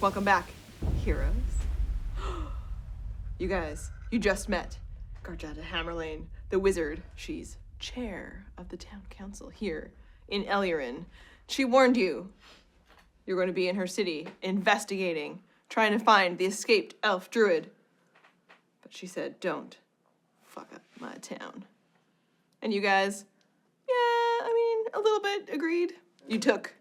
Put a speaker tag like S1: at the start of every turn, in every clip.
S1: Welcome back, heroes. You guys, you just met Gargetta Hammerlane, the wizard. She's chair of the town council here in Elirin. She warned you you're going to be in her city investigating, trying to find the escaped elf druid. But she said, don't fuck up my town. And you guys, yeah, I mean, a little bit agreed. You took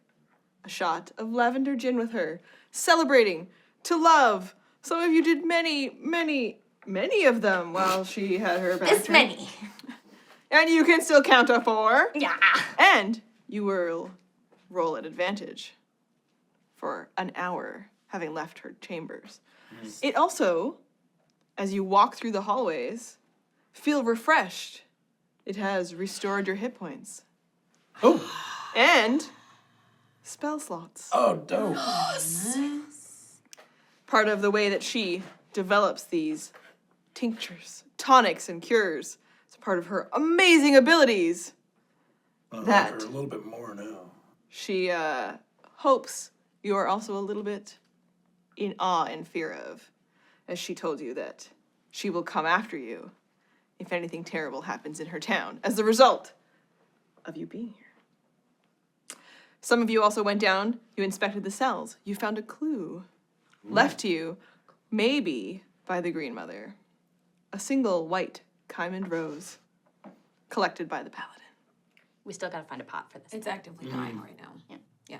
S1: a shot of lavender gin with her, celebrating to love. Some of you did many, many, many of them while she had her back.
S2: This
S1: turned.
S2: many.
S1: And you can still count a four.
S2: Yeah.
S1: And you will roll at advantage for an hour having left her chambers. It also, as you walk through the hallways, feel refreshed. It has restored your hit points.
S3: Oh,
S1: And spell slots.
S3: oh, dope.
S1: Part of the way that she develops these tinctures, tonics, and cures. It's part of her amazing abilities.
S3: I'm
S1: That.
S3: after a little bit more now.
S1: She uh, hopes you are also a little bit in awe and fear of, as she told you that she will come after you if anything terrible happens in her town as the result of you being here. Some of you also went down, you inspected the cells, you found a clue left to you, maybe by the Green Mother a single white Kymond rose collected by the paladin.
S2: We still gotta find a pot for this.
S4: It's actively dying
S5: Mm.
S4: right now. Yeah.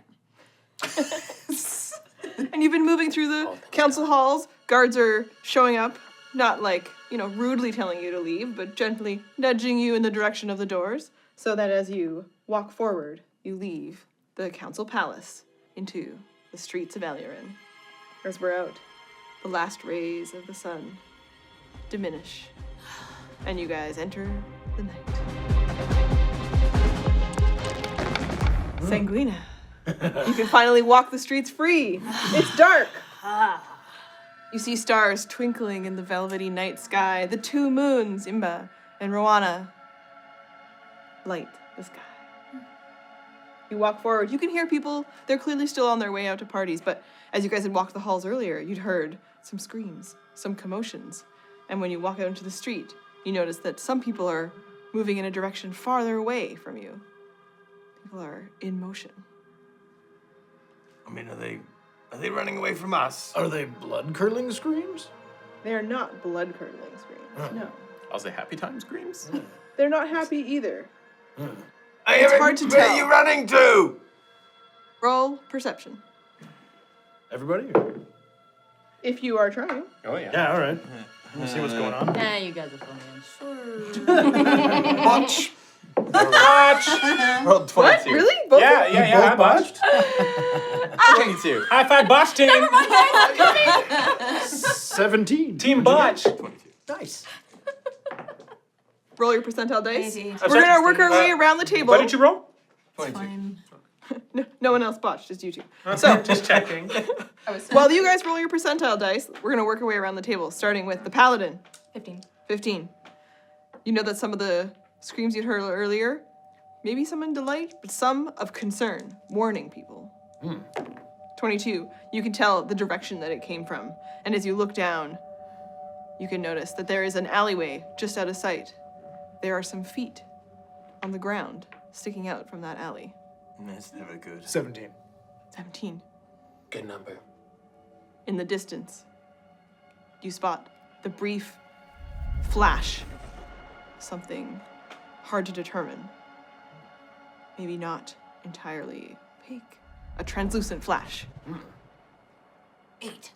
S1: And you've been moving through the council halls. Guards are showing up, not like, you know, rudely telling you to leave, but gently nudging you in the direction of the doors, so that as you walk forward, you leave the council palace into the streets of Elirin. As we're out, the last rays of the sun diminish, and you guys enter the night. Sanguina. You can finally walk the streets free. It's dark. You see stars twinkling in the velvety night sky, the two moons, Imba and Rowana, light the sky. You walk forward. You can hear people. They're clearly still on their way out to parties, but as you guys had walked the halls earlier, you'd heard some screams, some commotions. And when you walk out into the street, you notice that some people are moving in a direction farther away from you. People are in motion.
S6: I mean, are they are they running away from us?
S3: Are they blood curdling screams?
S1: They are not blood curdling
S7: Mm.
S1: screams. No.
S7: I'll say happy time screams.
S1: They're not happy either.
S6: I
S1: It's
S6: hear it.
S1: hard to
S6: Where
S1: tell.
S6: are you running to?
S1: Roll perception.
S3: Everybody?
S1: If you are trying.
S7: Oh yeah.
S3: Yeah, all right. We'll see what's going on.
S2: Nah, you guys are filming.
S6: Watch.
S7: Rolled 22.
S1: Really? Both
S7: Yeah,
S1: of-
S7: yeah, yeah. I botched. 22.
S3: High five, botch team. 17.
S7: Team botch.
S6: 22.
S3: Nice.
S1: Roll your percentile dice.
S4: Maybe.
S1: We're gonna work our way around the table.
S7: What did uh, you roll?
S6: 22.
S1: No, no one else botched, just you two. So
S7: Just checking.
S1: while you guys roll your percentile dice, we're gonna work our way around the table, starting with the paladin,
S4: Fifteen.
S1: fifteen. You know that some of the screams you heard earlier, maybe some in delight, but some of concern, warning people. 22, you can tell the direction that it came from. And as you look down, you can notice that there is an alleyway just out of sight. There are some feet on the ground sticking out from that alley.
S6: That's never good.
S3: 17.
S1: 17.
S3: Good number.
S1: In the distance, you spot the brief flash. Something hard to determine. Maybe not entirely opaque. A translucent flash.
S2: Eight.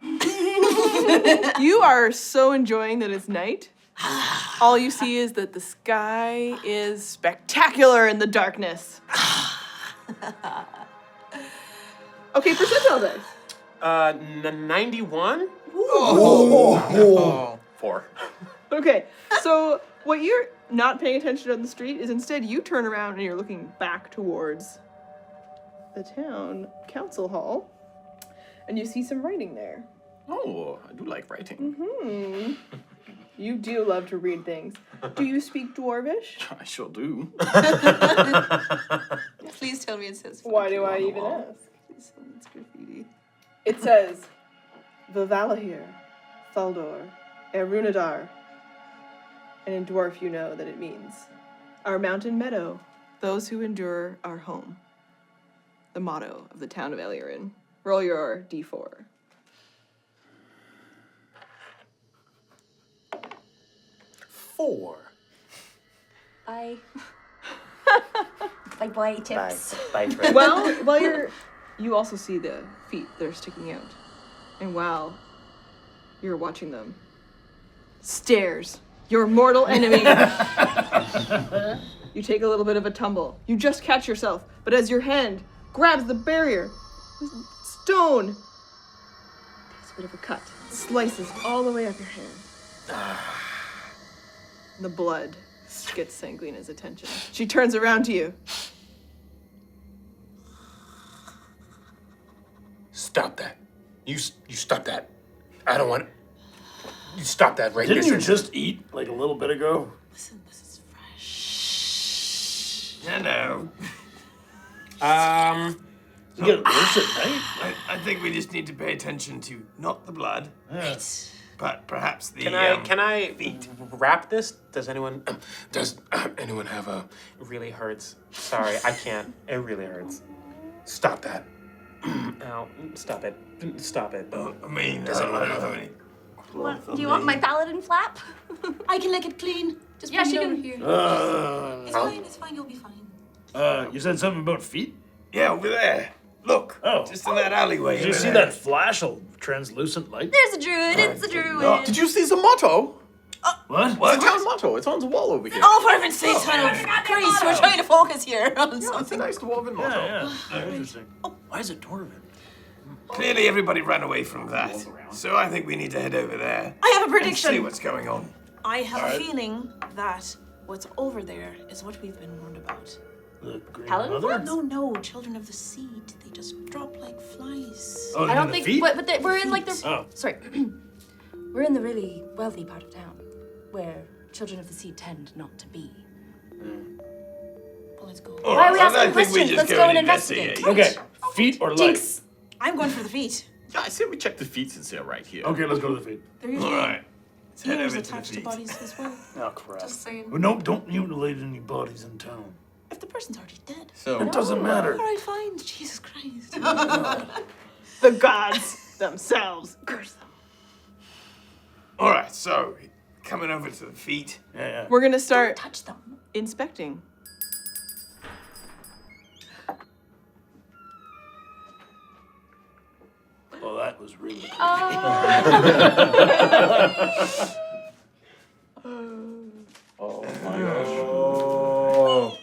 S1: You are so enjoying that it's night. All you see is that the sky is spectacular in the darkness. Okay, percentile dice.
S7: Uh, n- 91?
S6: Oh.
S7: Four.
S1: Okay, so what you're not paying attention on the street is instead you turn around and you're looking back towards the town council hall, and you see some writing there.
S7: Oh, I do like writing.
S1: Hmm. You do love to read things. Do you speak Dwarvish?
S7: I sure do.
S2: Please tell me it says.
S1: Why do I
S2: graffiti on the
S1: even
S2: wall.
S1: ask?
S2: Please tell me it's graffiti.
S1: It says, Vivalahir, Thaldor, Erunadar. And in Dwarf, you know that it means, Our mountain meadow, those who endure our home. The motto of the town of Elirin. Roll your d4.
S8: Four.
S2: Bye. bye bye tips.
S5: Bye, friend.
S1: Well, while you're, you also see the feet that are sticking out, and while you're watching them, stares your mortal enemy. you take a little bit of a tumble. You just catch yourself, but as your hand grabs the barrier, the stone takes a bit of a cut, slices all the way up your hand. the blood gets Sanguina's attention. She turns around to you.
S9: Stop that. You s- you stop that. I don't want. You stop that right
S3: Didn't
S9: this
S3: you
S9: instant.
S3: just eat like a little bit ago? Listen, this is fresh. I know.
S10: Um,
S3: You get worse at night.
S5: I, I think we just need to pay attention to not the blood, but perhaps the.
S10: can I
S5: um,
S10: can I wrap this? Does anyone?
S9: Does uh, anyone have a?
S10: It really hurts. Sorry, I can't. It really hurts.
S9: Stop that.
S10: Ow! Stop it! Stop it!
S5: I mean, I don't, I don't have any.
S2: What, do you want my paladin flap? I can lick it clean. Just yeah,
S11: put
S2: she
S11: it over
S2: can. Here.
S3: Uh,
S11: It's fine, it's fine, you'll be fine.
S3: uh, you said something about feet?
S5: Yeah, over there. Look.
S3: Oh.
S5: Just in that alleyway.
S3: Did you
S5: over
S3: see
S5: there.
S3: that flash of translucent light?
S2: There's a druid, it's a druid.
S10: Did you see the motto?
S3: What?
S10: The town motto. It's on the wall over here.
S11: Oh, for heaven's sake, Christ, we're trying to focus here on
S10: It's a
S11: something.
S10: nice dwarven
S3: Oh.
S10: motto.
S3: Yeah, yeah. Interesting.
S2: Oh,
S3: Why is it Torvin?
S5: Clearly, everybody ran away from that. So I think we need to head over there.
S11: I have a
S5: and See
S11: prediction.
S5: what's going on.
S11: I have a feeling that what's over there is what we've been warned about.
S3: The Green
S2: Paladin
S3: Mother? Oh,
S11: No, no, children of the seed, they just drop like flies.
S3: Oh,
S2: I
S3: the
S2: don't think.
S3: feet?
S2: But, but they, we're in like the.
S3: Oh.
S2: Sorry. we're in the really wealthy part of town, where children of the sea tend not to be.
S11: Well, let's go.
S5: All
S2: Why are we
S5: right, I
S2: asking
S5: think we
S2: questions?
S5: just
S2: Let's
S5: go
S2: go and
S5: and
S2: investigate.
S5: investigate.
S3: Okay, feet or light?
S2: Jinx.
S11: I'm going for the feet.
S10: Yeah, I say we check the feet since they're right here.
S3: Okay, let's go to the feet.
S11: They're usually
S5: All right. Let's head
S11: ears
S5: over to the
S11: attached to
S5: feet.
S11: bodies as well.
S8: Oh crap.
S11: Just saying.
S3: Well, no, don't mutilate any bodies in town.
S11: If the person's already dead.
S10: So
S3: It doesn't matter.
S11: All right, fine. Jesus Christ.
S1: The gods themselves curse them.
S5: All right, so coming over to the feet.
S3: Yeah, yeah.
S1: We're gonna start
S11: Touch them.
S1: inspecting.
S3: Well, Oh, that was really.
S2: Uh,
S10: Oh.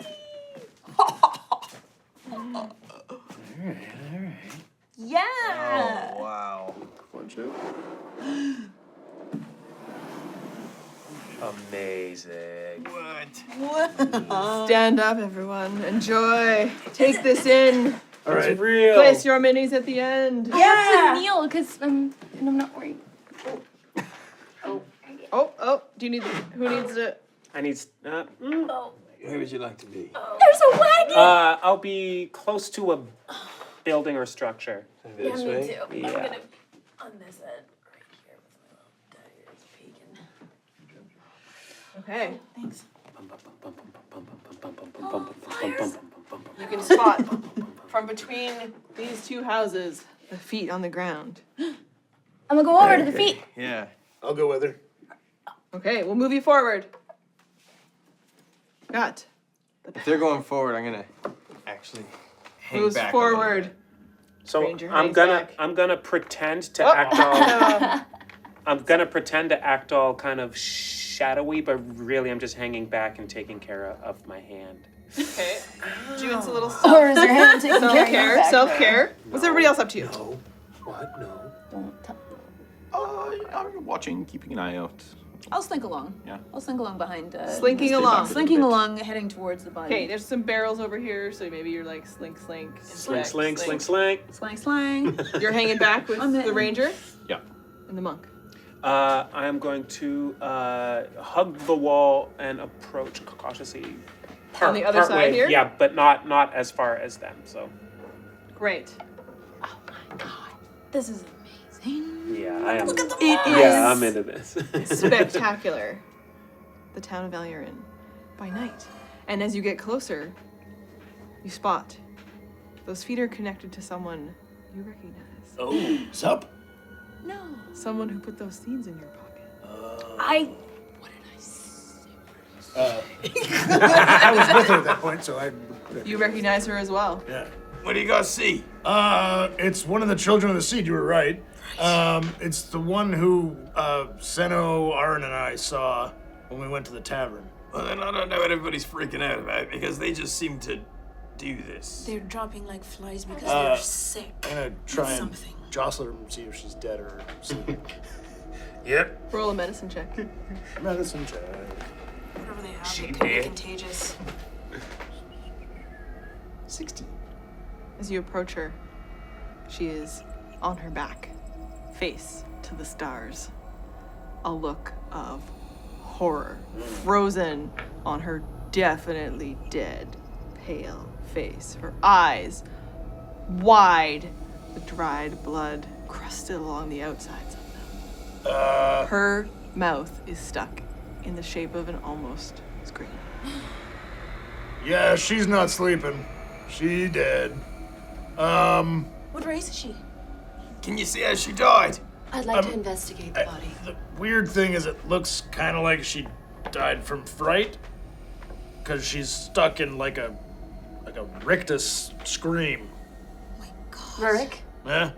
S11: Yeah.
S5: Wow.
S10: Amazing.
S5: What?
S1: Stand up, everyone. Enjoy. Take this in.
S3: All right.
S10: Real.
S1: Place your minis at the end.
S2: have to kneel because I'm, um, and I'm not wearing.
S1: Oh, oh. Do you need? Who needs it?
S10: I need. s- Uh, mm,
S5: Where would you like to be?
S2: There's a wagon.
S12: Uh, I'll be close to a building or structure.
S5: This way.
S12: Yeah.
S11: On this end, right here with my little daggers peeking.
S1: Okay.
S11: Thanks.
S1: You can spot from between these two houses the feet on the ground.
S2: I'm gonna go over to the feet.
S5: Yeah.
S8: I'll go with her.
S1: Okay, we'll move you forward. Got.
S5: If they're going forward, I'm gonna actually hang
S1: Moves
S5: back. a little
S1: forward.
S12: So
S1: Ranger
S12: I'm
S1: hangs
S12: gonna
S1: back.
S12: I'm gonna pretend to
S1: Oh.
S12: act all I'm gonna pretend to act all kind of shadowy, but really I'm just hanging back and taking care of, of my hand.
S1: okay. June's a little
S2: Or is your hand taking
S1: self
S2: care of your
S1: care.
S2: back?
S1: Self care. What's everybody else up to?
S9: No. What? No.
S2: Don't touch.
S10: Uh, I'm watching, keeping an eye out.
S11: I'll slink along.
S10: Yeah.
S11: I'll slink along behind. Uh,
S1: Slinking
S10: Stay back
S1: along.
S10: a little
S11: Slinking
S10: bit.
S11: along, heading towards the body.
S1: Okay, there's some barrels over here, so maybe you're like slink, slink,
S12: Slink,
S1: inspect,
S12: slink, slink, slink.
S11: Slang, slang.
S1: You're hanging back with
S11: I'm
S1: the
S11: in.
S1: ranger
S10: Yeah.
S1: and the monk.
S12: Uh, I am going to uh, hug the wall and approach cautiously. Part,
S1: On the other
S12: partway-
S1: side here?
S12: Yeah, but not not as far as them. So
S1: Great.
S11: This is
S2: Amazing.
S12: Yeah, I am.
S11: Look at the
S1: It
S11: walls.
S1: is-
S12: Yeah, I'm into this.
S1: spectacular. the town of Elurin by night. And as you get closer, you spot those feet are connected to someone you recognize.
S4: Oh, sup?
S2: No.
S1: Someone who put those seeds in your pocket.
S11: I
S2: What did I say?
S3: I was with her at that point, so I.
S1: You recognize her as well.
S3: Yeah.
S6: What do you guys see?
S3: Uh, it's one of the children of the seed. You were right. Um, it's the one who uh, Seno, Aaron, and I saw when we went to the tavern.
S6: Well, then I don't know what everybody's freaking out about because they just seem to do this.
S11: they're dropping like flies because
S3: Uh,
S11: they're sick.
S3: I'm gonna try and
S11: Something.
S3: jostle her and see if she's dead or sleeping.
S13: Yep.
S1: Roll a medicine check.
S3: Medicine check.
S11: Whatever they have, it could be contagious.
S3: Sixty.
S1: As you approach her, she is on her back, face to the stars. A look of horror, frozen on her definitely dead, pale face. Her eyes wide, the dried blood crusted along the outsides of them. her mouth is stuck in the shape of an almost scream.
S3: Yeah, she's not sleeping. She dead. Um,
S11: What race is she?
S6: Can you see how she died?
S2: I'd like to investigate the body.
S3: the weird thing is, it looks kind of like she died from fright, cause she's stuck in like a like a rictus scream.
S11: Oh
S2: Rurik,
S3: Eh?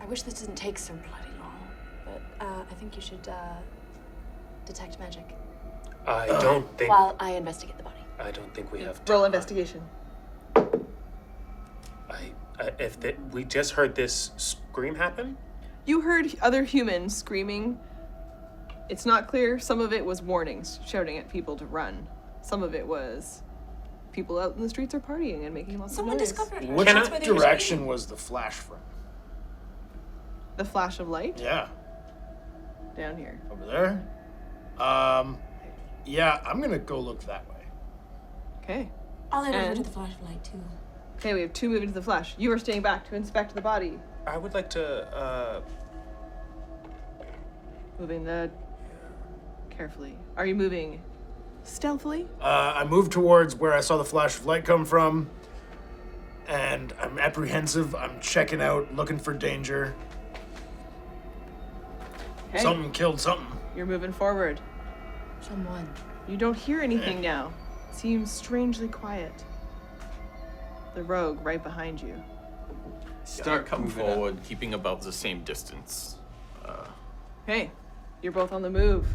S2: I wish this didn't take so bloody long, but uh, I think you should uh, detect magic
S13: I
S3: Uh.
S13: don't think.
S2: while I investigate the body.
S13: I don't think we have.
S1: Roll
S13: time.
S1: investigation.
S13: I, I, if the, we just heard this scream happen,
S1: You heard other humans screaming. It's not clear. Some of it was warnings, shouting at people to run. Some of it was people out in the streets are partying and making lots
S11: Someone
S1: of noise.
S11: discovered her.
S3: Which
S11: That's why they were
S3: direction was the flash from?
S1: the flash of light
S3: Yeah,
S1: down here.
S3: over there. Um, yeah, I'm gonna go look that way.
S1: Okay.
S11: screaming. I'll head over
S1: And-
S11: to the flashlight too.
S1: Okay, we have two moving to the flash. You are staying back to inspect the body.
S13: I would like to. Uh,
S1: Moving the carefully. Are you moving stealthily?
S3: Uh, I move towards where I saw the flash of light come from, and I'm apprehensive. I'm checking out, looking for danger.
S1: Okay.
S3: Something killed something.
S1: You're moving forward.
S2: Someone.
S1: You don't hear anything now. It seems strangely quiet. The rogue right behind you.
S5: Start coming forward, keeping about the same distance.
S1: Hey, you're both on the move.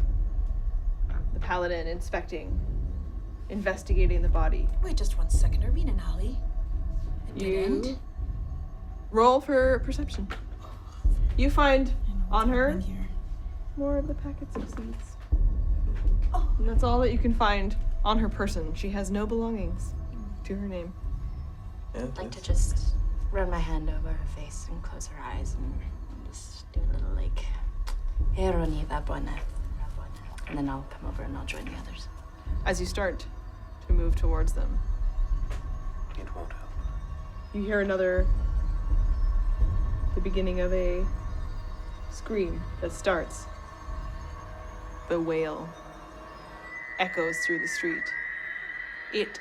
S1: The paladin inspecting, investigating the body.
S11: Wait just one second. Are we in an alley? I didn't.
S1: You roll for perception. You find on her
S11: Here.
S1: more of the packets of seeds. And that's all that you can find on her person. She has no belongings to her name.
S2: I'd like to just run my hand over her face and close her eyes and just do a little like, "Hey, Ronnie, that one, that one," and then I'll come over and I'll join the others.
S1: As you start to move towards them,
S13: it won't help.
S1: you hear another the beginning of a scream that starts the wail echoes through the street it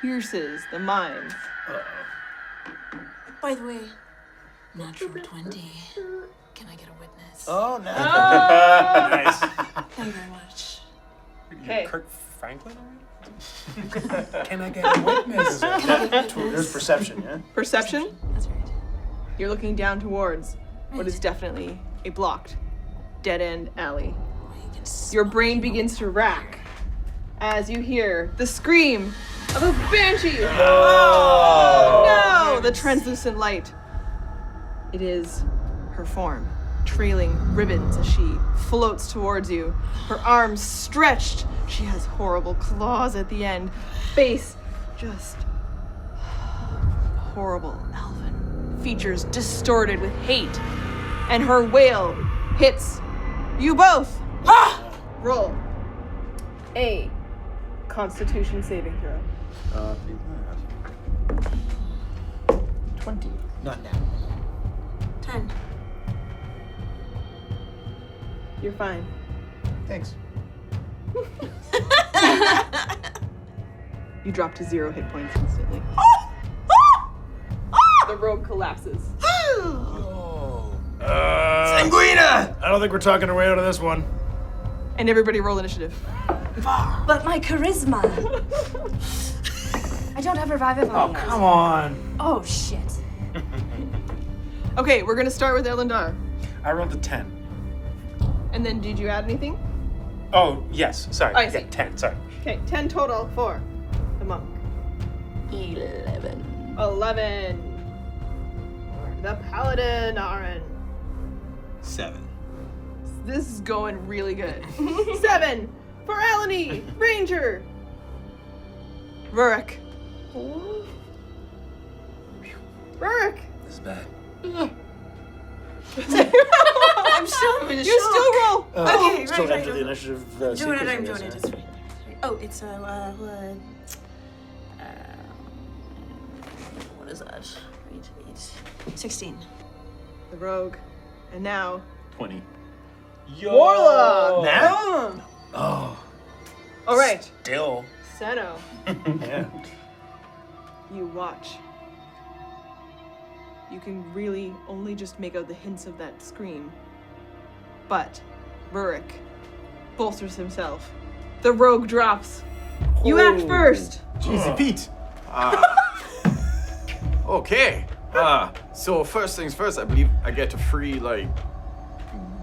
S1: pierces the minds
S11: By the way, natural 20. Can I get a witness?
S3: Oh no!
S11: Thank you very much.
S1: okay
S13: Kirk Franklin already? Can I get a witness?
S3: There's perception, yeah.
S1: perception
S11: That's right.
S1: you're looking down towards what is definitely a blocked dead-end alley
S11: You can s-
S1: Your brain begins to rack as you hear the scream of a banshee. Oh, no! The translucent light. It is her form, trailing ribbons as she floats towards you. Her arms stretched. She has horrible claws at the end. Face just horrible elven features distorted with hate. And her wail hits you both. Roll a Constitution saving throw.
S3: Twenty. Not now.
S11: then.
S1: You're fine.
S14: Thanks.
S1: You drop to zero hit points instantly. the robe collapses.
S3: Oh. Uh, Sanguina! I don't think we're talking our way out of this one.
S1: And everybody roll initiative.
S2: But my charisma. I don't have revive
S3: Oh, come on.
S2: Oh, shit.
S1: Okay, we're gonna start with Elendar.
S12: I rolled a 10.
S1: And then did you add anything?
S12: Oh, yes. Sorry.
S1: I
S12: yeah, 10. Sorry.
S1: Okay, 10 total for the monk. 11. 11. For the paladin, Aaron.
S5: Seven.
S1: This is going really good. 7 for Alani, ranger. Rurik. Rurik.
S5: This is bad.
S1: I'm
S11: still in
S1: You
S11: shock.
S1: still roll.
S11: Oh, okay,
S3: Uh,
S11: right,
S3: Still
S11: right, right.
S3: after the initiative. Uh,
S11: Doing it,
S3: sequence, I
S11: I'm
S3: guess,
S11: doing it.
S3: yeah.
S11: It's right. Oh, it's a. Uh, uh, uh, what is that? Eight, eight. 16.
S1: The rogue. And now.
S5: 20.
S1: Warlock!
S5: Now?
S1: Oh. All right.
S5: Dill.
S1: Seno,
S5: yeah.
S1: you watch. You can really only just make out the hints of that scream. But Rurik bolsters himself. The rogue drops. You act first.
S5: Jeezy Pete. Ah. okay. Uh, so first things first, I believe I get a free like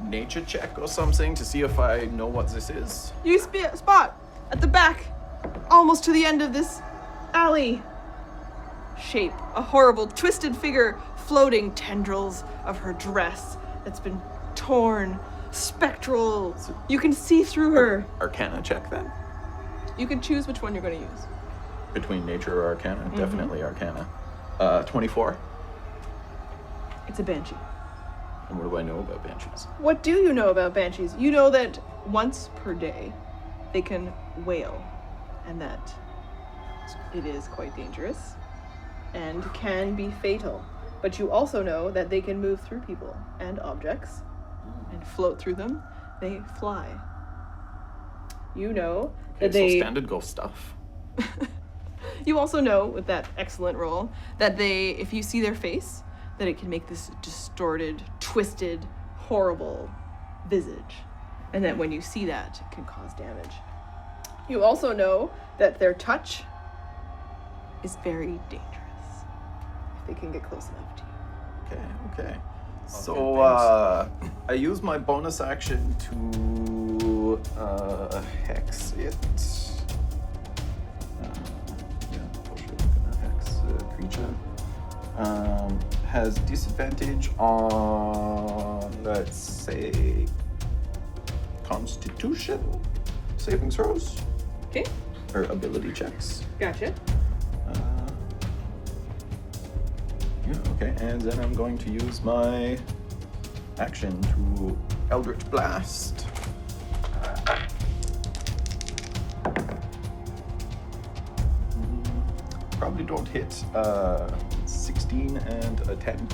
S5: nature check or something to see if I know what this is.
S1: You sp- spot at the back, almost to the end of this alley. Shape, a horrible, twisted figure, floating tendrils of her dress that's been torn, spectral. You can see through her.
S5: Arcana check then.
S1: You can choose which one you're going to use.
S5: Between nature or arcana,
S1: Mhm.
S5: definitely arcana. Uh, 24.
S1: It's a banshee.
S5: And what do I know about banshees?
S1: What do you know about banshees? You know that once per day they can wail, and that it is quite dangerous and can be fatal. But you also know that they can move through people and objects and float through them. They fly. You know
S5: Okay,
S1: that they
S5: so standard ghost stuff.
S1: you also know with that excellent roll that they, if you see their face, that it can make this distorted, twisted, horrible visage. And that when you see that, it can cause damage. You also know that their touch is very dangerous if they can get close enough to you.
S5: Okay, okay. So uh, I use my bonus action to uh, hex it. Uh, yeah, for sure, I'm gonna hex the creature. Um, has disadvantage on let's say Constitution saving throws
S1: Okay,
S5: or ability checks. Uh,
S1: gotcha.
S5: Yeah, okay, and then I'm going to use my action to Eldritch Blast. Mm, Probably don't hit uh, 16 and a 10.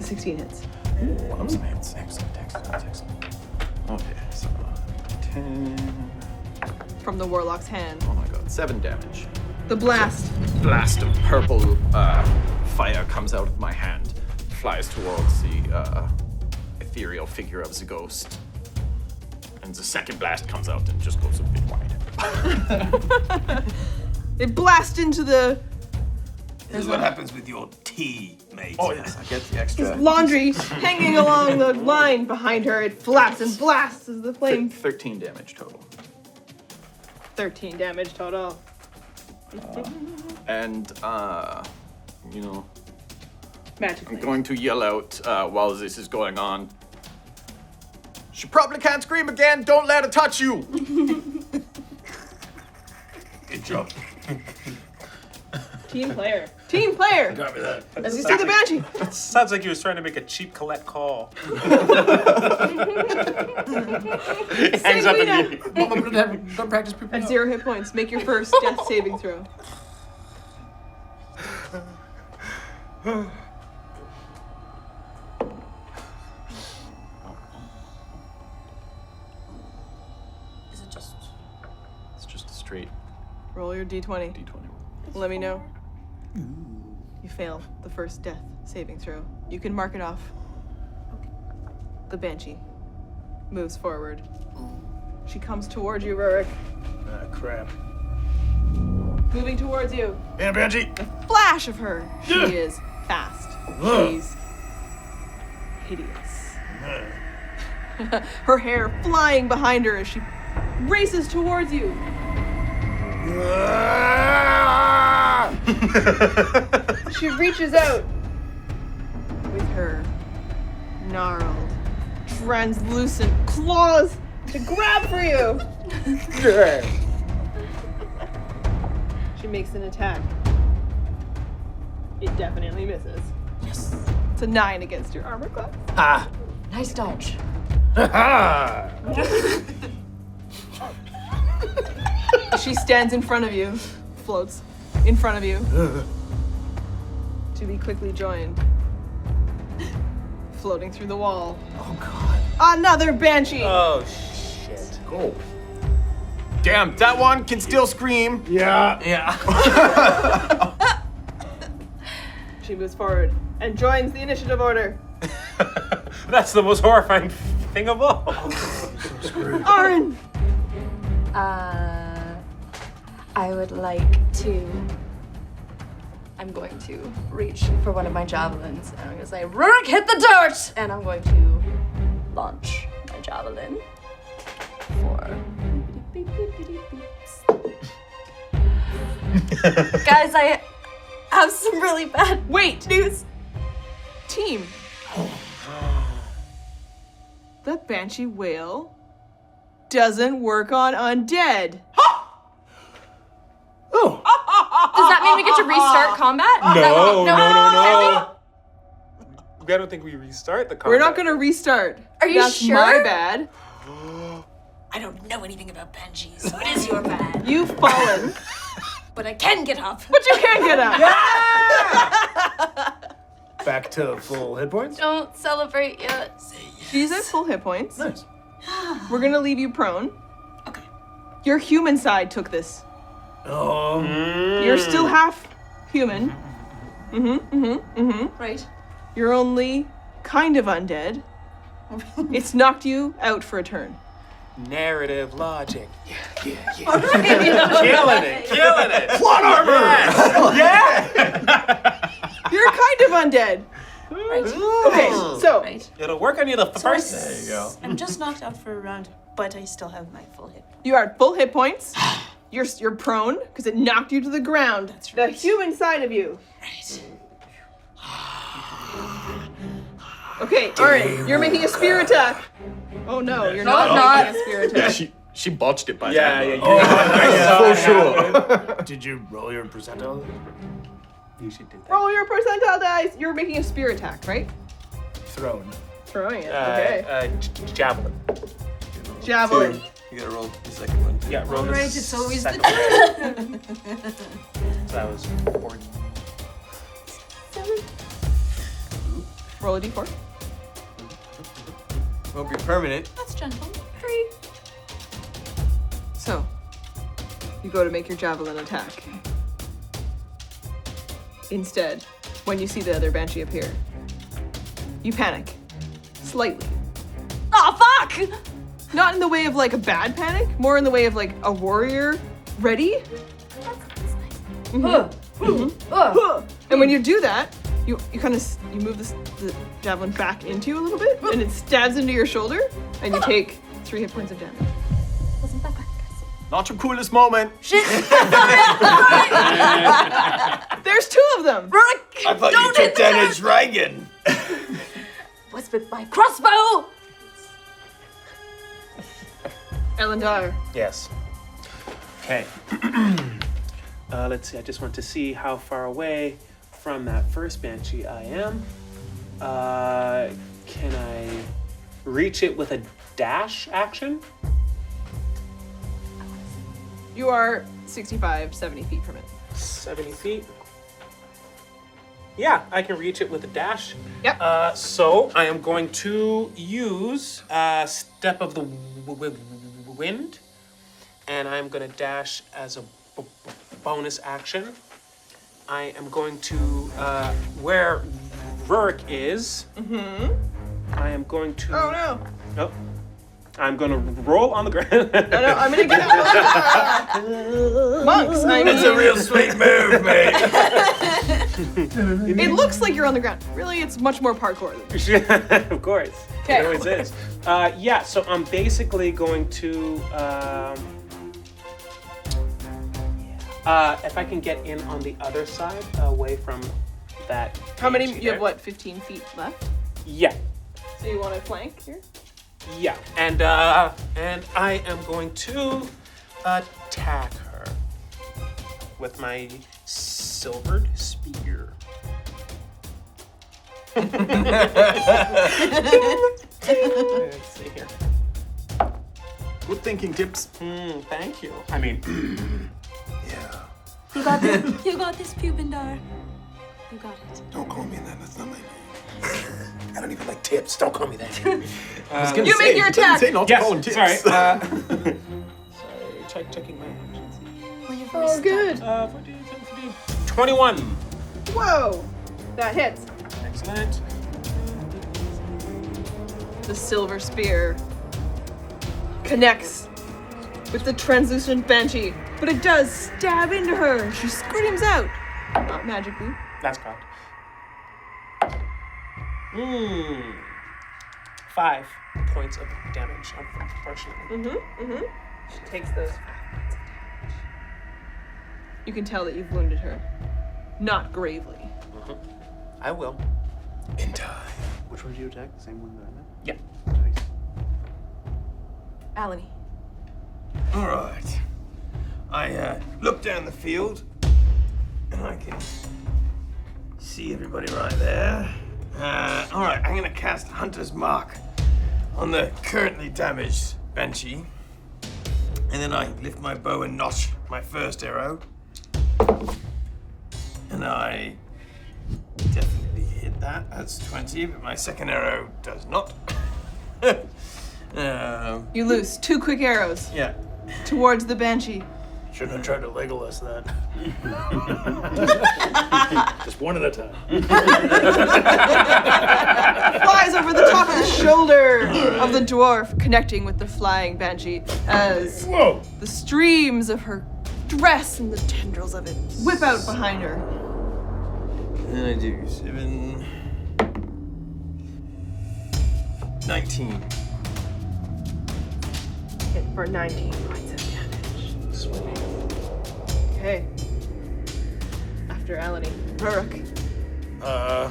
S1: 16 hits.
S5: Ooh, I'm some hits. Excellent, excellent, excellent. Okay, so uh, 10.
S1: From the warlock's hand.
S5: Oh my god, 7 damage.
S1: The blast.
S5: blast of purple uh, fire comes out of my hand, flies towards the uh, ethereal figure of the ghost, and the second blast comes out and just goes a bit wide.
S1: It blasts into the
S6: This is what happens with your tea, mate. Oh, yes,
S5: I get the extra.
S1: his laundry hanging along the line behind her. It flaps and blasts as the flame
S5: Thirteen damage total,
S1: 13 damage total.
S5: and uh, you know
S1: Magically.
S5: I'm going to yell out uh, while this is going on. She probably can't scream again. Don't let her touch you.
S6: Good job.
S1: Team player. Team player! As you see the banshee.
S12: Sounds like he was trying to make a cheap collect call.
S1: Hangs up in
S14: Don't practice
S1: At zero hit points, make your first death saving throw. your d20. d20. Let me know. You fail the first death saving throw. You can mark it off. The banshee moves forward. She comes toward you, Rurik.
S3: Ah, crap.
S1: Moving towards you.
S3: Yeah, Banshee.
S1: The flash of her. She
S3: Yeah.
S1: is fast.
S3: Ugh.
S1: She's hideous. her hair flying behind her as she races towards you. she reaches out with her gnarled, translucent claws to grab for you. She makes an attack. It definitely misses. Yes. It's a nine against your armor class.
S3: Ah.
S2: Nice dodge.
S3: Ha
S1: she stands in front of you, floats in front of you,
S3: ha.
S1: to be quickly joined. Floating through the wall. Oh god. Another banshee!
S5: Oh shit. Cool. Damn, that one can still scream.
S3: Yeah.
S5: Yeah.
S1: She moves forward and joins the initiative order.
S7: That's the most horrifying thing of all.
S1: Aaron!
S2: Uh, I would like to. I'm going to reach for one of my javelins and I'm gonna say, Rurik, hit the dirt! And I'm going to launch my javelin for. Guys, I have some really bad
S1: Wait! news. Team. The banshee whale doesn't work on undead.
S2: Does that mean we get to restart combat? Is that what-
S12: No, no, no, no. I don't think we restart the combat.
S1: We're not gonna restart.
S2: Are you
S1: That's
S2: sure?
S1: my bad.
S11: I don't know anything about Benji, so it is your bad.
S1: You've fallen.
S11: but I can get up.
S1: But you can get up.
S3: Back to full hit points.
S12: Oh.
S2: Don't celebrate yet.
S1: She's at full hit points. Nice. We're gonna leave you prone. Okay. Your human side took this.
S3: Um.
S1: You're still
S6: Hmm.
S1: half human. Mm-hmm. Mm-hmm. Mm-hmm.
S11: Right.
S1: You're only kind of undead. it's knocked you out for a turn.
S6: Narrative logic.
S1: Killing
S6: it, killing it.
S1: Plot armor!
S6: Yeah.
S1: You're kind of undead. Okay, so
S6: It'll work on you the
S11: So I
S6: first.
S11: s- I'm just knocked out for a round, but I still have my full hit.
S1: You are at full hit points. You're you're prone because it knocked you to the ground. That's right. The human side of you. Right. Okay, Aaron, you're making a spear attack. Oh no, you're not
S5: Oh.
S1: making a spear attack.
S5: yeah, she she botched it by
S6: Yeah,
S5: that.
S6: yeah,
S5: Oh,
S6: yeah.
S5: so sure.
S3: Did you roll your percentile? You should do
S1: Roll your percentile dice. You're making a spear attack, right?
S3: Thrown.
S1: Throwing it.
S6: Uh,
S1: okay.
S6: uh, j- j- javelin.
S1: Javelin.
S6: You gotta roll the second one. Yeah, roll the
S11: Right, it's always the
S6: second one.
S7: So that was four.
S1: Roll a d4.
S6: Won't be permanent.
S2: That's gentle. Three.
S1: So, you go to make your javelin attack. Instead, when you see the other banshee appear, you panic. Slightly.
S2: Oh, fuck!
S1: Not in the way of like a bad panic, more in the way of like a warrior ready. Mhm. Mhm. Huh. And when you do that, you, you kind of you move this, the javelin back into you a little bit, and it stabs into your shoulder, and you take three hit points of damage.
S5: Not your coolest moment.
S1: There's two of them.
S6: I thought you took that as Reagan.
S2: What's with my crossbow?
S1: Elendar.
S7: Yes.
S12: Okay. uh, let's see. I just want to see how far away from that first banshee I am. Uh, can I reach it with a dash action?
S1: You are 65, 70 feet from it.
S12: 70 feet. Yeah, I can reach it with a dash.
S1: Yep.
S12: Uh, so I am going to use uh, Step of the w- w- Wind, and I'm going to dash as a b- b- bonus action, I am going to uh, where Rurik is.
S1: Mm-hmm.
S12: I am going to.
S1: Oh no.
S12: Oh. I'm gonna roll on the ground. no,
S1: no, I'm gonna get Monks, I mean.
S12: It's a real
S4: sweet move,
S1: mate. it looks like you're on the ground. Really, it's much more parkour. Than
S12: of course.
S1: Okay.
S12: It always is. Uh, yeah, so I'm basically going to. Um, uh, if I can get in on the other side, away from that.
S1: How many?
S12: banshee
S1: You have
S12: there.
S1: what? 15 feet left.
S12: Yeah,
S1: So you want to flank here?
S12: yeah. And uh, and I am going to attack her with my silvered spear. Let's see here.
S5: Good thinking tips.
S12: Hmm, thank you.
S13: I mean,
S2: You got this. you got this, Pubendar. You got it.
S13: don't call me that. That's not my name. I don't even like tips. Don't call me that. I was
S12: Um,
S13: gonna You say, make your it doesn't attack. say not to
S12: yes,
S13: call him tips.
S12: Sorry. Uh, sorry. Check, checking my actions.
S1: Oh, good.
S12: Uh, 21.
S1: Whoa! That hits.
S12: Excellent.
S1: The silver spear connects with the translucent banshee, but it does stab into her. She screams out. Not magically.
S12: That's correct. Mmm. Five points of damage, unfortunately.
S1: Mm-hmm. Mm-hmm. She takes those. You can tell that you've wounded her. Not gravely.
S12: I will.
S13: In time.
S14: Which one do you attack? The same one that I
S12: Yeah.
S1: Alani.
S6: All right. I uh, look down the field, and I can see everybody right there. Uh, all right, I'm gonna cast Hunter's Mark on the currently damaged Banshee, and then I lift my bow and notch my first arrow, and I definitely hit that. That's 20, but my second arrow does not. um,
S1: You loose two quick arrows
S6: yeah.
S1: towards the banshee.
S3: Shouldn't have tried to Legolas that. Just one at a time.
S1: Flies over the top of the shoulder of the dwarf, connecting with the flying banshee as the streams of her dress and the tendrils of it whip out behind her.
S6: And then I do seven. 19.
S1: Hit for 19 points of damage. Okay. After Alani. Rurik.
S3: uh,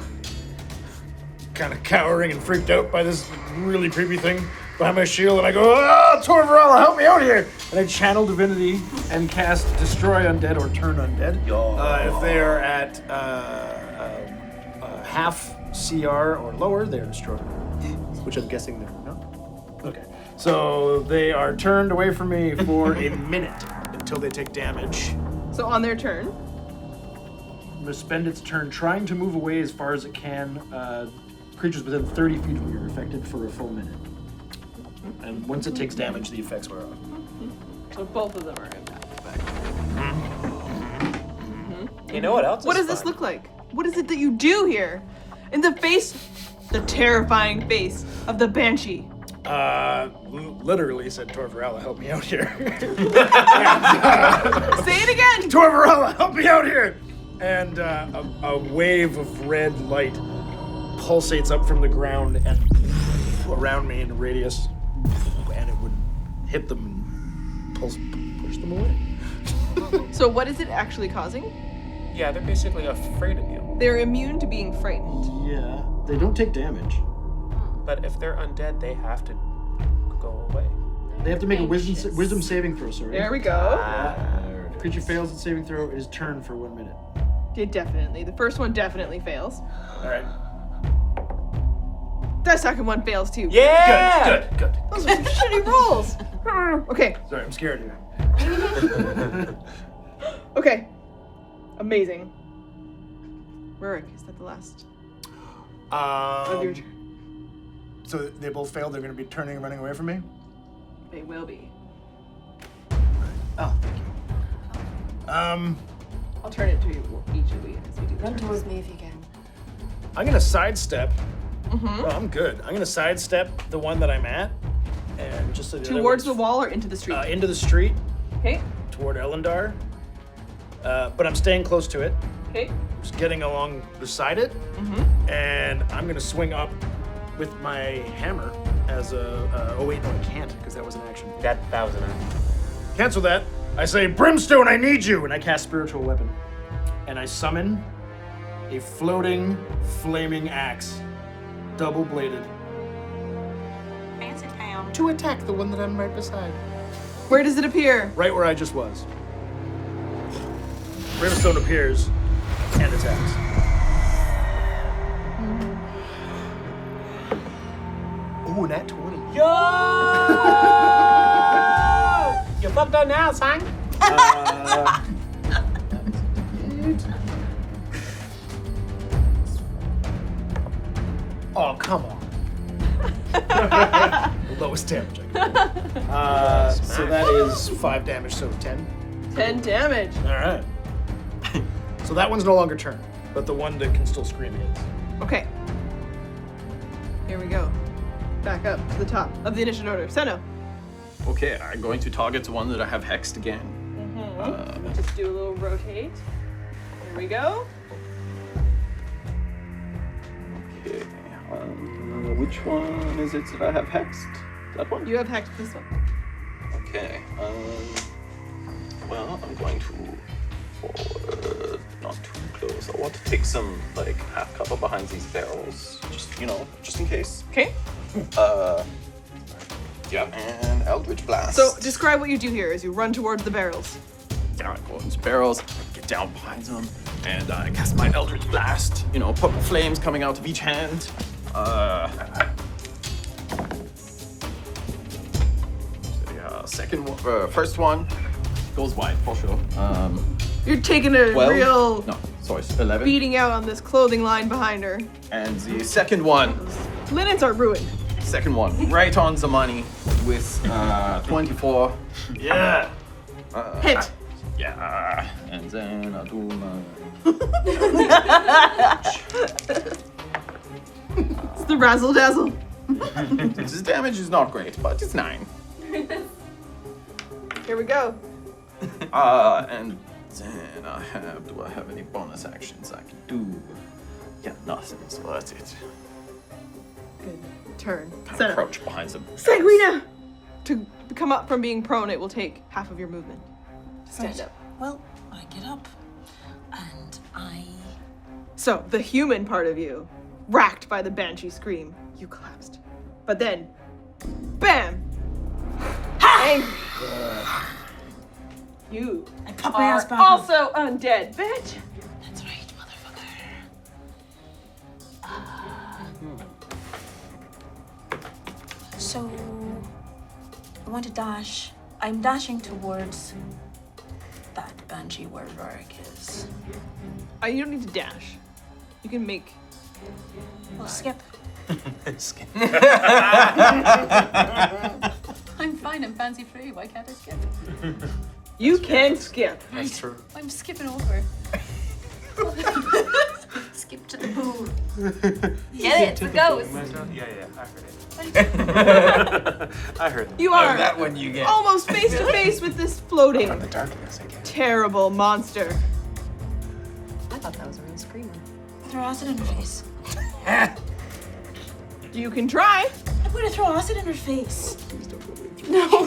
S3: kind of cowering and freaked out by this really creepy thing behind my shield, and I go, "Ah, Torvarella, help me out here!" And I channel divinity and cast Destroy Undead or Turn Undead. Uh, if they are at uh, uh, uh, half CR or lower, they are destroyed, which I'm guessing they're no. Okay, so they are turned away from me for a minute until they take damage.
S1: So on their turn,
S3: Must spend its turn trying to move away as far as it can. Uh, creatures within 30 feet of you are affected for a full minute. And once it takes damage, the effects wear off.
S1: so both of them are impacted by it.
S12: You know what else?
S1: What does this look like? What is it that you do here? In the face, the terrifying face of the banshee.
S3: Uh, l- literally said Torvarella, help me out here.
S1: Say it again!
S3: Torvarella, help me out here! And uh, a, a wave of red light pulsates up from the ground and around me in a radius, and it would hit them and pulse, push them away.
S1: So what is it actually causing?
S12: Yeah, they're basically afraid of you.
S1: They're immune to being frightened.
S3: Yeah, they don't take damage.
S12: But if they're undead, they have to go away.
S14: They have to make a wisdom sa- wisdom saving throw, sorry.
S1: There we go.
S14: Creature fails its saving throw, it is turned for one minute.
S1: It definitely. The first one definitely fails.
S3: All right.
S1: The second one fails too.
S3: Good, good, good.
S1: Those are some shitty rolls. Okay,
S3: Sorry, I'm scared here.
S1: okay. Amazing. Rurik, is that the last? your
S3: Um, so they both failed. They're going to be turning and running away from me.
S1: They will be.
S3: Uh, Um,
S1: I'll turn it to you, each of you as we do.
S2: Run towards me if you can.
S3: I'm gonna sidestep.
S1: Mm-hmm.
S3: No, I'm good. I'm gonna sidestep the one that I'm at, and just so the other
S1: Towards the
S3: one's-
S1: wall or into the street?
S3: uh, into the street
S1: Okay.
S3: toward Elendar. Uh, but I'm staying close to it.
S1: Okay.
S3: Just getting along beside it,
S1: Mm-hmm.
S3: and I'm gonna swing up with my hammer as a. Uh, oh wait, no, I can't because that was an action.
S7: That that was an action.
S3: Cancel that. I say, Brimstone, I need you, and I cast Spiritual Weapon, and I summon a floating, flaming axe, double bladed.
S11: Fancy town.
S3: to attack the one that I'm right beside.
S1: Where does it appear?
S3: Right where I just was. Brimstone appears and attacks. Ooh, nat 20.
S7: Yo! you fucked up now, son.
S3: Uh, oh, come on. Lowest damage I could do. Uh, so that is five damage, so ten.
S1: 10 damage.
S3: All right. so that one's no longer turned, but the one that can still scream is.
S1: Okay. Here we go. Back up to the top of the initiative order. Seno.
S5: Okay, I'm going to target the one that I have hexed again.
S1: Just do a little rotate. Here we go.
S5: Okay, um, which one is it that I have hexed? That one?
S1: You have hacked this one.
S5: Okay. Um, well, I'm going to forward, not too close. I want to take some like half cover behind these barrels, just you know, just in case.
S1: Okay.
S5: Uh, yeah, and Eldritch Blast.
S1: So describe what you do here as you run towards the barrels.
S5: down towards barrels, get down behind them, and I cast my Eldritch Blast. You know, purple flames coming out of each hand. Uh, so yeah, second one, uh, first one goes wide for sure. Um,
S1: You're taking a
S5: 12?
S1: real
S5: No, sorry, it's 11.
S1: beating out on this clothing line behind her.
S5: And the second one,
S1: Linens are ruined.
S5: second one, right on the money with uh, 24.
S4: Yeah.
S5: Uh,
S1: Hit.
S5: Yeah. And then I do my.
S1: It's the razzle dazzle.
S5: this damage is not great, but it's nine.
S1: Here we go.
S5: Uh, and then I have. Do I have any bonus actions I can do? Yeah, nothing's worth it.
S1: Turn.
S5: Kind
S1: Set
S5: of
S1: up.
S5: crouch behind them.
S1: Sanguina! To come up from being prone, it will take half of your movement. Stand up.
S11: Well, I get up. And I.
S1: So, the human part of you, racked by the banshee scream, you collapsed. But then, bam! Angry. You I
S11: cut my
S1: are
S11: ass back up.
S1: also undead, bitch!
S11: That's right, motherfucker. So. I want to dash. I'm dashing towards that banshee where Varg is.
S1: Uh, you don't need to dash. You can make.
S11: Well, skip.
S5: Skip.
S15: I'm fine. I'm fancy free. Why can't I skip?
S1: you can skip.
S15: That's
S5: true.
S15: I'm skipping over. skip to the pool. Get it? The ghost.
S7: Yeah, yeah, I heard
S13: it. I heard it.
S1: You are
S4: Oh, one you get.
S1: almost face to face with this floating,
S13: The darkness again.
S1: terrible monster.
S2: I thought that was a real screamer.
S11: Throw acid in her face.
S1: You can try.
S11: I'm gonna throw acid in her face.
S15: No. no,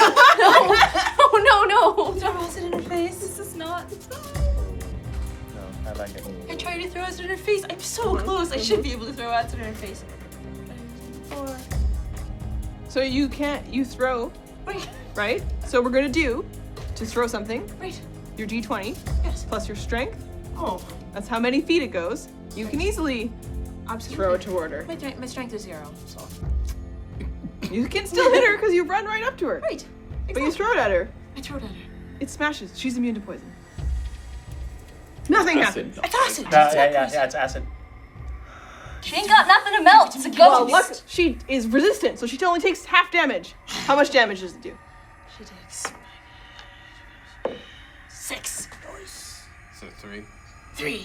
S15: no, no.
S11: Throw acid in her face.
S15: This is not.
S7: No, I like it.
S15: I tried to throw acid in her face. I'm so close. I should be able to throw acid in her face. Four.
S1: So you can't. You throw.
S15: Right.
S1: Right? So we're gonna do to throw something.
S15: Right.
S1: Your d20.
S15: Yes.
S1: Plus your strength.
S15: Oh.
S1: That's how many feet it goes. You can easily throw it toward her.
S15: My, dra- my strength is zero, so.
S1: You can still hit her because you run right up to her.
S15: Right.
S1: But you throw it at her.
S15: I throw it at her.
S1: It smashes. She's immune to poison. Nothing
S5: Acid.
S1: happens.
S15: It's acid.
S7: No, yeah, yeah, yeah, it's acid.
S15: She ain't got nothing to melt. It's a ghost.
S1: Well, luck- she is resistant, so she only takes half damage. How much damage does it do?
S15: She takes six. Nice.
S6: So three.
S15: Three.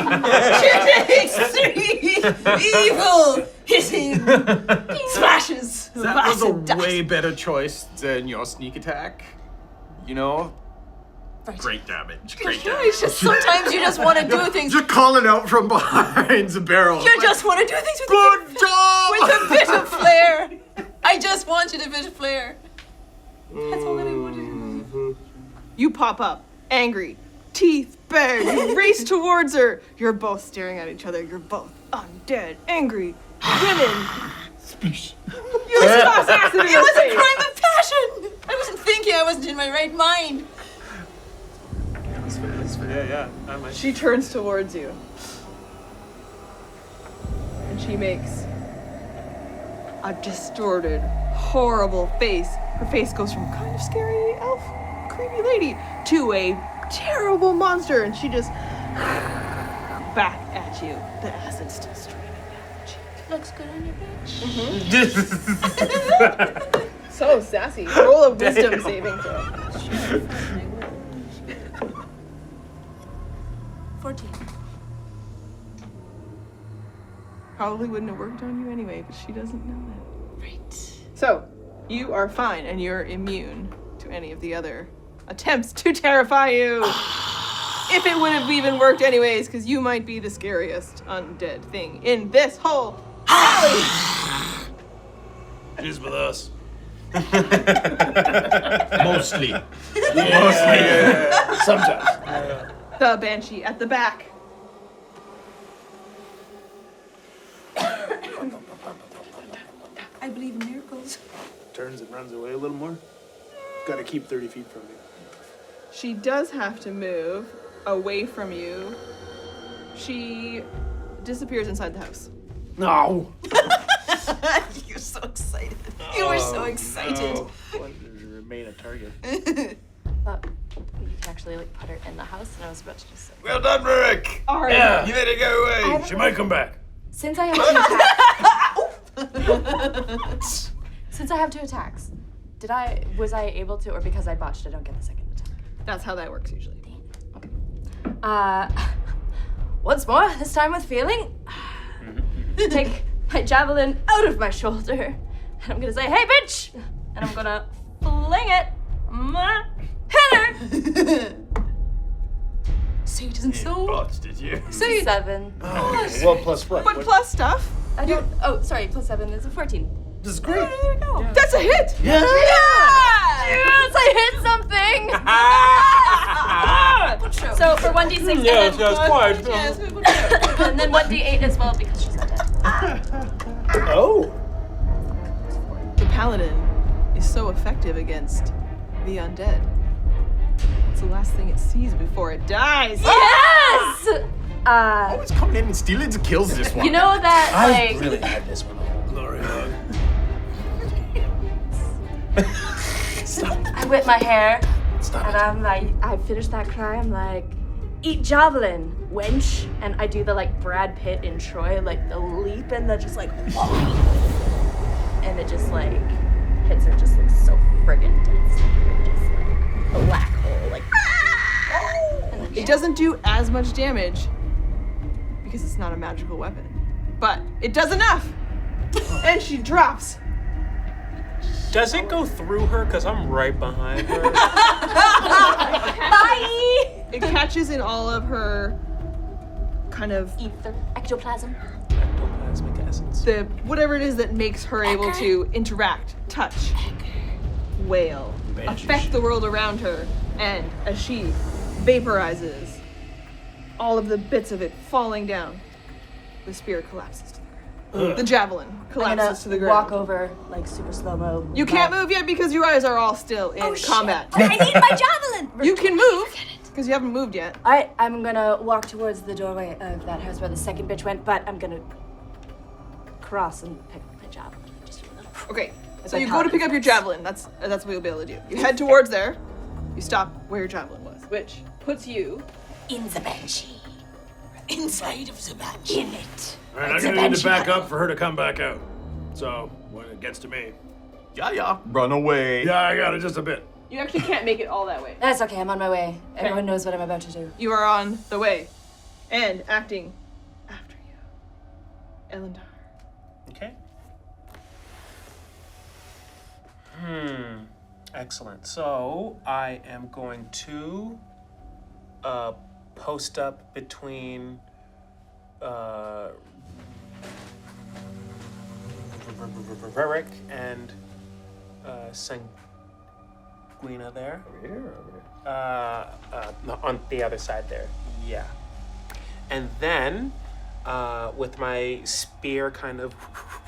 S15: Genetics three. Evil hissing. Splashes.
S5: That was a way better choice than your sneak attack. You know? Great damage. Great damage.
S1: It's just sometimes you just want to do things.
S6: You're calling out from behind the barrel.
S1: You just want to do things with a bit, with a bit of flair. I just wanted a bit of flair. That's all that I wanted. You pop up, angry, teeth bared. You race towards her. You're both staring at each other. You're both undead, angry women.
S15: You
S1: just accident
S15: It was
S1: face.
S15: a crime of passion. I wasn't thinking. I wasn't in my right mind.
S12: Yeah, yeah. I might.
S1: She turns towards you. And she makes a distorted, horrible face. Her face goes from kind of scary elf, creepy lady, to a terrible monster, and she just back at you. The acid still streaming down her cheek.
S15: Looks good on your bitch.
S1: so sassy. Roll a wisdom
S15: Damn.
S1: saving throw.
S15: 14.
S1: Probably wouldn't have worked on you anyway, but she doesn't know that. Right. So, you are fine and you're immune to any of the other attempts to terrify you. if it would have even worked anyways, because you might be the scariest undead thing in this whole alley.
S4: It is with us.
S5: Mostly.
S4: Mostly. Sometimes.
S1: The banshee at the back.
S11: I believe in miracles.
S12: Turns and runs away a little more. Gotta keep 30 feet from you.
S1: She does have to move away from you. She disappears inside the house.
S3: No.
S15: You're so excited. You were
S12: Oh,
S15: so excited.
S3: Remain a target.
S2: But you can actually like put her in the house, and I was about to just say.
S4: Well done, Merrick.
S2: All right.
S4: Yeah. You let it go away.
S2: I haven't-
S4: she might come back.
S2: Since I have two attacks. Since I have two attacks, did I was I able to, or because I botched, I don't get the second attack.
S1: That's how that works usually.
S2: Uh, once more, this time with feeling. Take my javelin out of my shoulder, and I'm gonna say, "Hey, bitch!" and I'm gonna fling it. Ma- Hit her.
S15: So you doesn't so.
S4: Botched, did you?
S2: seven.
S3: Well, plus what?
S2: But
S3: What-
S2: plus
S1: stuff.
S2: I don't. Oh, sorry. Plus seven is a fourteen.
S3: This is great.
S2: There we go.
S1: That's a hit.
S2: Yeah.
S3: Yeah.
S2: Yes, I hit something. so for one d six. and
S15: Yes,
S2: then
S15: yes,
S2: one-
S15: quite.
S2: and then one d eight as well because she's dead.
S3: Oh.
S1: The paladin is so effective against the undead. It's the last thing it sees before it dies.
S2: Ah! Yes. Uh,
S5: Always coming in and stealing the kills this one.
S2: You know that like
S5: had this one. Glory hug.
S2: I whip my hair and I'm like I finish that cry, I'm like, eat javelin, wench. And I do the like Brad Pitt in Troy, like the leap and the just like and it just like hits her just looks so friggin' dense. Just like a black hole, like
S1: It doesn't do as much damage because it's not a magical weapon, but it does enough. and she drops.
S12: Does it go through her? Because I'm right behind her.
S1: Bye. It catches in all of her kind of
S2: ether, ectoplasm.
S12: Ectoplasmic essence.
S1: The whatever it is that makes her able to interact, touch, wail,
S12: Banshee
S1: affect the world around her, and as she vaporizes, all of the bits of it falling down, the spear collapses to the ground.
S2: Ugh.
S1: The javelin
S2: I'm gonna
S1: collapses to the ground.
S2: Walk over like super slow mo.
S1: You can't move yet because your eyes are all still in combat.
S2: Oh, I need my javelin.
S1: You can move because you haven't moved yet.
S2: All right, I'm gonna walk towards the doorway of that house where the second bitch went, but I'm gonna cross and pick up my javelin. Just do a little-
S1: Okay,
S2: As
S1: so
S2: I
S1: you go
S2: pout
S1: to pick up your javelin. That's that's what you'll be able to do. You head towards there. You stop where your javelin was, which puts you
S15: in the banshee. Inside of the banshee.
S2: In
S15: it.
S4: All right, I'm
S15: It's a
S4: gonna need
S15: banshee
S4: to back up for her to come back out. So when it gets to me,
S5: yeah, yeah, run away.
S4: Yeah, I got it just a bit.
S1: You actually can't make it all that way.
S2: That's okay. I'm on my way. Everyone knows what I'm about to do.
S1: You are on the way. And acting after you. Elendar.
S12: Okay. Hmm. Excellent. So I am going to uh, post up between uh, Rerick and uh, Sanguina there. Over here, over here. Uh, uh, no, on the other side there. Yeah. And then, uh, with my spear kind of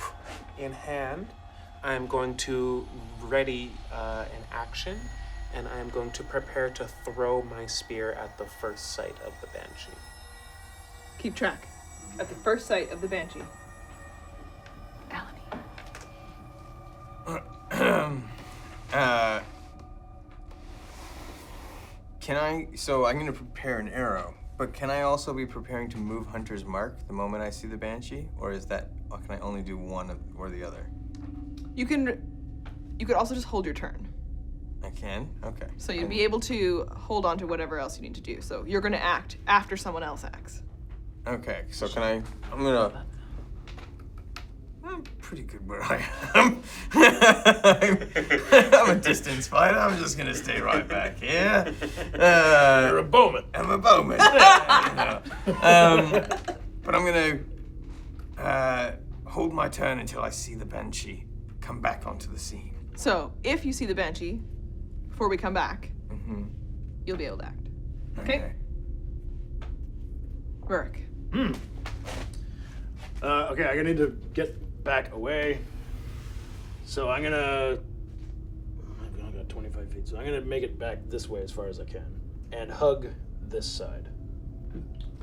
S12: in hand, I'm going to ready uh, an action, and I am going to prepare to throw my spear at the first sight of the banshee.
S1: Keep track. At the first sight of the banshee.
S6: uh, can I? So I'm gonna prepare an arrow, but can I also be preparing to move Hunter's Mark the moment I see the Banshee, or is that? Or can I only do one of- or the other?
S1: You can. You could also just hold your turn.
S6: I can. Okay.
S1: So you'd be able to hold on to whatever else you need to do. So you're going to act after someone else acts.
S6: Okay. So can I? I'm gonna. I'm pretty good where I am. I'm a distance fighter. I'm just gonna stay right back here. Uh, You're a bowman. I'm a bowman. Yeah, you know. um, but I'm gonna uh, hold my turn until I see the banshee come back onto the scene.
S1: So if you see the banshee before we come back, you'll be able to act. Okay. Burke.
S14: Hmm. Uh, okay, I'm gonna need to get back away. So I'm gonna. I've only got 25 feet, so I'm gonna make it back this way as far as I can and hug this side.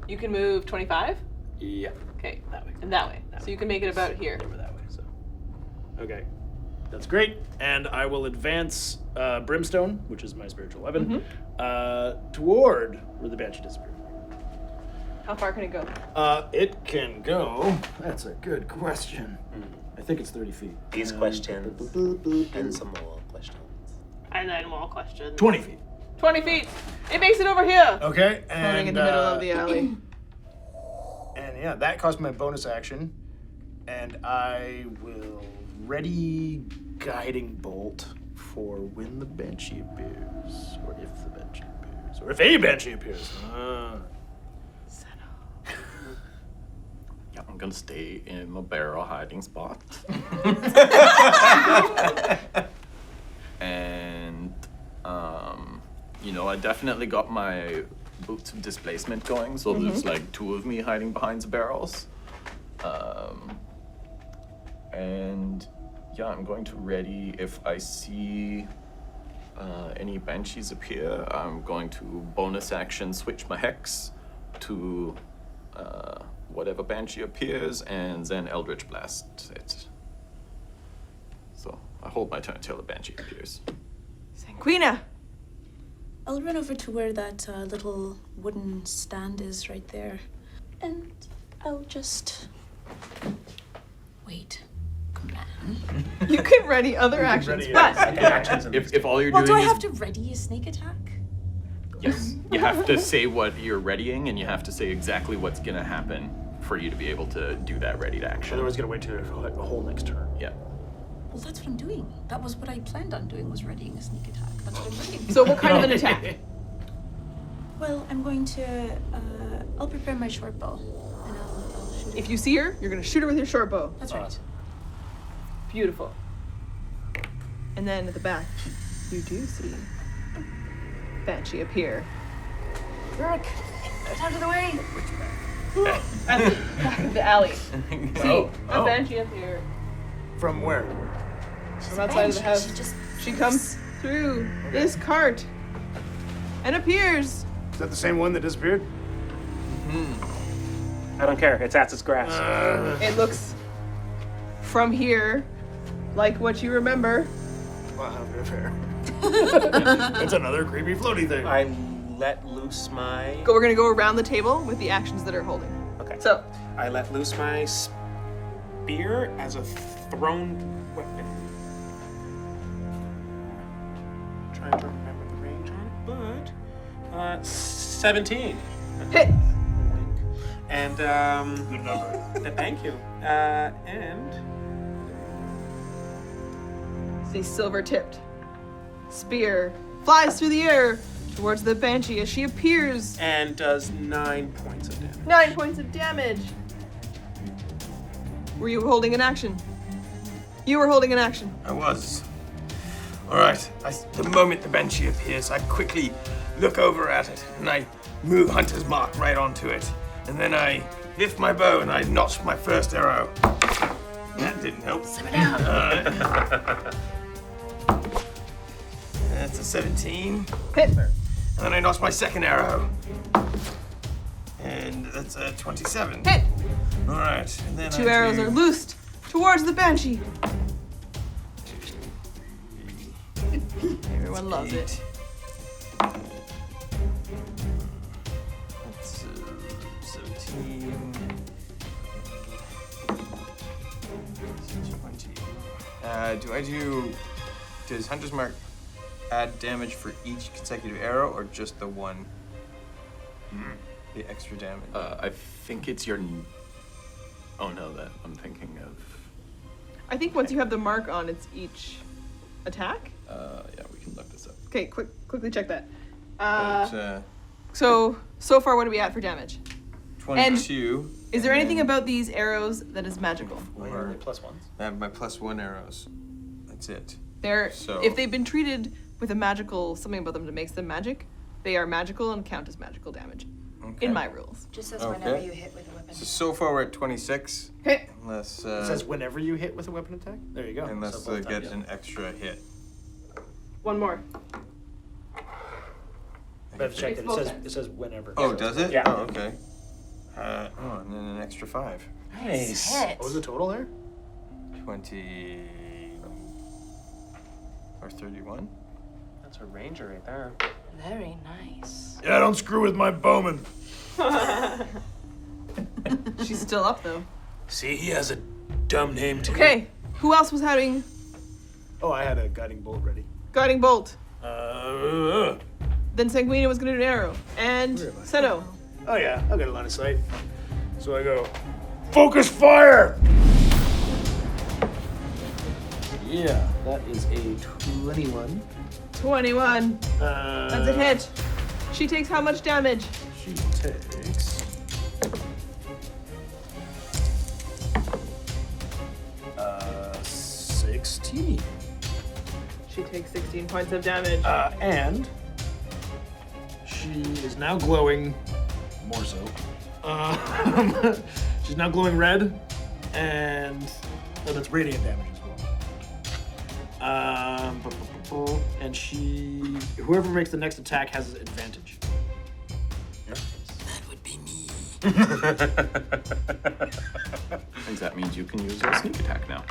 S1: You can move 25.
S14: Yeah.
S1: Okay, that way. And that way. so you can make it about here.
S14: that way, so. Okay. That's great. And I will advance uh, Brimstone, which is my spiritual weapon,
S1: Mm-hmm.
S14: uh, toward where the Banshee disappeared.
S1: How far can it go?
S14: Uh, it can go. That's a good question. I think it's 30 feet.
S7: These questions and some more questions.
S15: And then more questions.
S14: 20 feet.
S1: 20 feet. It makes it over here.
S14: Okay,
S1: Floating in
S14: and,
S1: the middle
S14: uh,
S1: of the alley.
S14: And yeah, that cost my bonus action. And I will ready guiding bolt for when the banshee appears, or if the banshee appears, or if a banshee appears. Ah.
S5: Yeah, I'm gonna stay in my barrel hiding spot. and um, you know, I definitely got my boots of displacement going, so there's
S16: Mhm.
S5: like two of me hiding behind the barrels. Um, and yeah, I'm going to ready if I see uh, any banshees appear. I'm going to bonus action switch my hex to uh, whatever banshee appears, and then Eldritch Blast it. So I hold my turn until the banshee appears.
S1: Quina.
S11: I'll run over to where that uh, little wooden stand is right there. And I'll just. Wait.
S1: You can ready other
S11: You can
S1: actions,
S11: ready
S1: but
S11: other actions
S5: if, if all you're
S11: well, do
S5: doing
S11: I
S5: is
S11: have to ready a sneak attack?
S5: yes, you have to say what you're readying, and you have to say exactly what's gonna happen for you to be able to do that ready to action.
S14: Otherwise, gonna wait till like the whole next turn.
S5: Yeah.
S11: Well, that's what I'm doing. That was what I planned on doing, was readying a sneak attack. That's what I'm readying.
S1: So what kind of an attack?
S11: Well, I'm going to. Uh, I'll prepare my short bow.
S1: if you see her, you're gonna shoot her with your short bow.
S11: That's
S1: right. Beautiful. And then at the back, you do see Banshee appear.
S2: Burke, get out of the way.
S1: At the back of the alley. See,
S14: Oh,
S1: a
S14: oh.
S1: Banshee appear
S14: From where?
S1: from outside of the house. She, comes through this cart and appears.
S14: Is that the same one that disappeared?
S12: Mm-hmm. I don't care. It's Atsis grass.
S14: Uh.
S1: It looks from here like what you remember.
S14: Wow, fair. That's another creepy floaty thing. I
S13: let loose my.
S1: Go, we're gonna go around the table with the actions that are holding.
S13: Okay.
S1: So
S13: I let
S12: loose my spear as a thrown weapon. Try and turn uh, 17.
S1: Hit.
S12: And um, good number. Thank you. Uh, and
S1: The silver tipped spear flies through the air towards the banshee as she appears.
S12: and does nine points of damage.
S1: Nine points of damage. Were you holding an action? You were holding an action.
S4: I was. All right. I, the moment the banshee appears, I quickly look over at it and I move Hunter's mark right onto it. And then I lift my bow and I notch my first arrow. That didn't help. Uh, That's a 17.
S1: Hit.
S4: And then I notch my second arrow. And that's a 27.
S1: Hit.
S4: All right. And then
S1: Two
S4: I
S1: arrows
S4: do-
S1: are loosed towards the banshee. Everyone loves it.
S4: That's uh, 17. 20. Uh, do I do. Does Hunter's Mark add damage for each consecutive arrow or just the one? Hmm. The extra damage.
S5: Uh, I think it's your. n- Oh no, that I'm thinking of.
S1: I think once you have the mark on, it's each attack.
S5: Uh, yeah, we can look this up.
S1: Okay, quick, quickly check that. Uh,
S4: But, uh,
S1: so so far, what are we at for damage?
S4: 22.
S1: Is there anything about these arrows that is magical?
S4: Or plus ones. I have my plus one arrows. That's it.
S1: They're
S4: So-
S1: if they've been treated with a magical something about them that makes them magic, they are magical and count as magical damage.
S4: Okay.
S1: In my rules.
S2: Just
S4: says whenever Okay. you hit
S2: with a weapon.
S4: So, so far we're at 26.
S1: Hit.
S4: Unless. Uh,
S14: It says whenever you hit with a weapon attack. There you go.
S4: Unless
S14: So
S4: they
S14: both
S4: get
S14: times.
S4: an extra hit.
S1: One more.
S14: Bev checked it. It
S1: It's both
S14: says, it says whenever.
S4: Oh, does it?
S14: Yeah.
S4: Oh, okay. Uh, oh, and then an extra five.
S14: Nice. Hit. What was the total there?
S4: 20 or 31?
S12: That's a ranger right there.
S2: Very nice.
S3: Yeah, don't screw with my bowman.
S1: She's still up though.
S14: See, he has a dumb name too.
S1: Okay. Who else was having
S14: Oh, I had a guiding bolt ready.
S1: guiding bolt?
S14: Uh,
S1: Then Sanguina was gonna do an arrow. And Seno.
S14: oh yeah, I'll get a line of sight. So I go, focus fire. Yeah, that is a twenty-one.
S1: 21.
S14: Uh,
S1: That's a hit. She takes how much damage?
S14: She takes. Uh, 16.
S1: She takes 16 points of damage.
S14: Uh, and she is now glowing more so. Uh, she's now glowing red, and oh, that's radiant damage as well. Um, bu- bu- bu- bu- and she, whoever makes the next attack has advantage.
S5: And that means you can use your sneak attack now.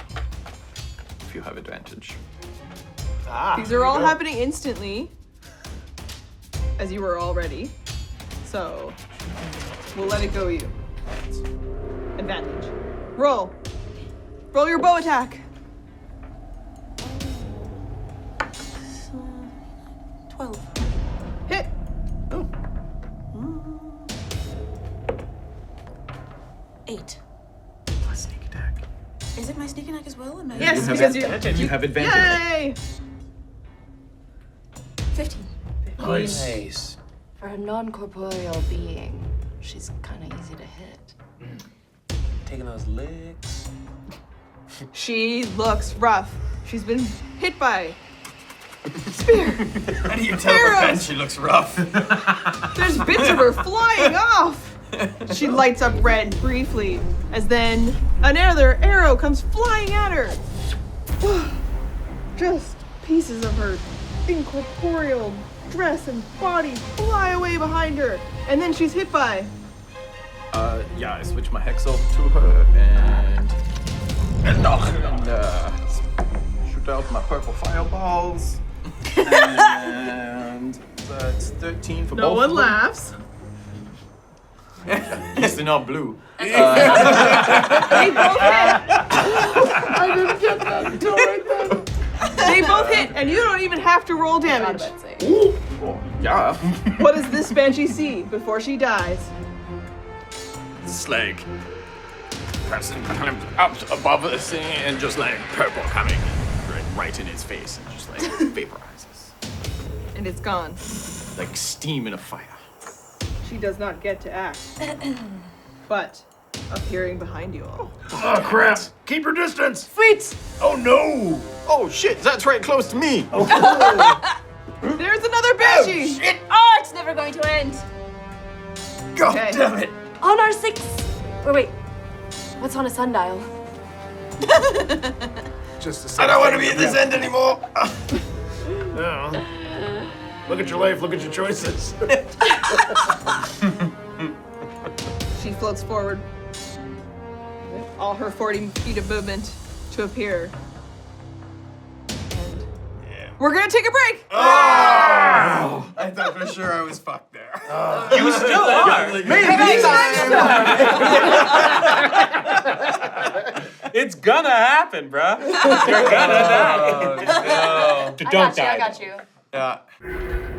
S5: If you have advantage.
S14: Ah,
S1: These are all happening instantly, as you were already. So we'll let it go, you. Advantage. Roll. Roll your bow attack.
S11: Uh, 12.
S1: Hit.
S11: Eight.
S5: Plus sneak attack.
S11: Is it my sneak attack as well? Am I
S1: Yes,
S5: you
S1: because
S5: have
S1: you-
S5: advantage. You, have advantage.
S1: Yay!
S11: 15.
S5: Nice.
S2: For a non corporeal being, she's kind of easy to hit.
S12: Taking those licks.
S1: She looks rough. She's been hit by.
S4: How do you tell the
S1: Arrows!
S4: banshee looks rough?
S1: There's bits of her flying off. She lights up red briefly, as then another arrow comes flying at her. Just pieces of her incorporeal dress and body fly away behind her, and then she's hit by.
S5: Uh, yeah, I switch my hex off to her and. And, uh, shoot out my purple fireballs. and uh, it's 13 for both. of them.
S1: laughs.
S5: At least they're not blue.
S1: They both hit. I didn't get that. Don't They both hit, and you don't even have to roll damage.
S5: Ooh. Yeah.
S1: what does this banshee see before she dies?
S5: It's like person climbed up above the thing and just like purple coming right, right in his face and just like vaporizes.
S1: And it's gone.
S5: Like steam in a fire.
S1: She does not get to act. but appearing behind you all.
S3: Oh crap! Keep your distance.
S1: Sweet.
S3: Oh no!
S5: Oh shit! That's right, close to me.
S1: There's another banshee.
S15: Oh, oh, it's never going to end.
S4: God damn it!
S2: On our six. Wait, wait. What's on a sundial?
S4: I don't want to be at this end anymore.
S3: No. Look at your life. Look at your choices.
S1: She floats forward with all her 40 feet of movement to appear. And we're gonna take a break!
S4: I thought for sure I was fucked there.
S6: You still are.
S12: It's gonna happen, bruh. You're gonna die.
S15: I got you. I got you.
S4: Yeah.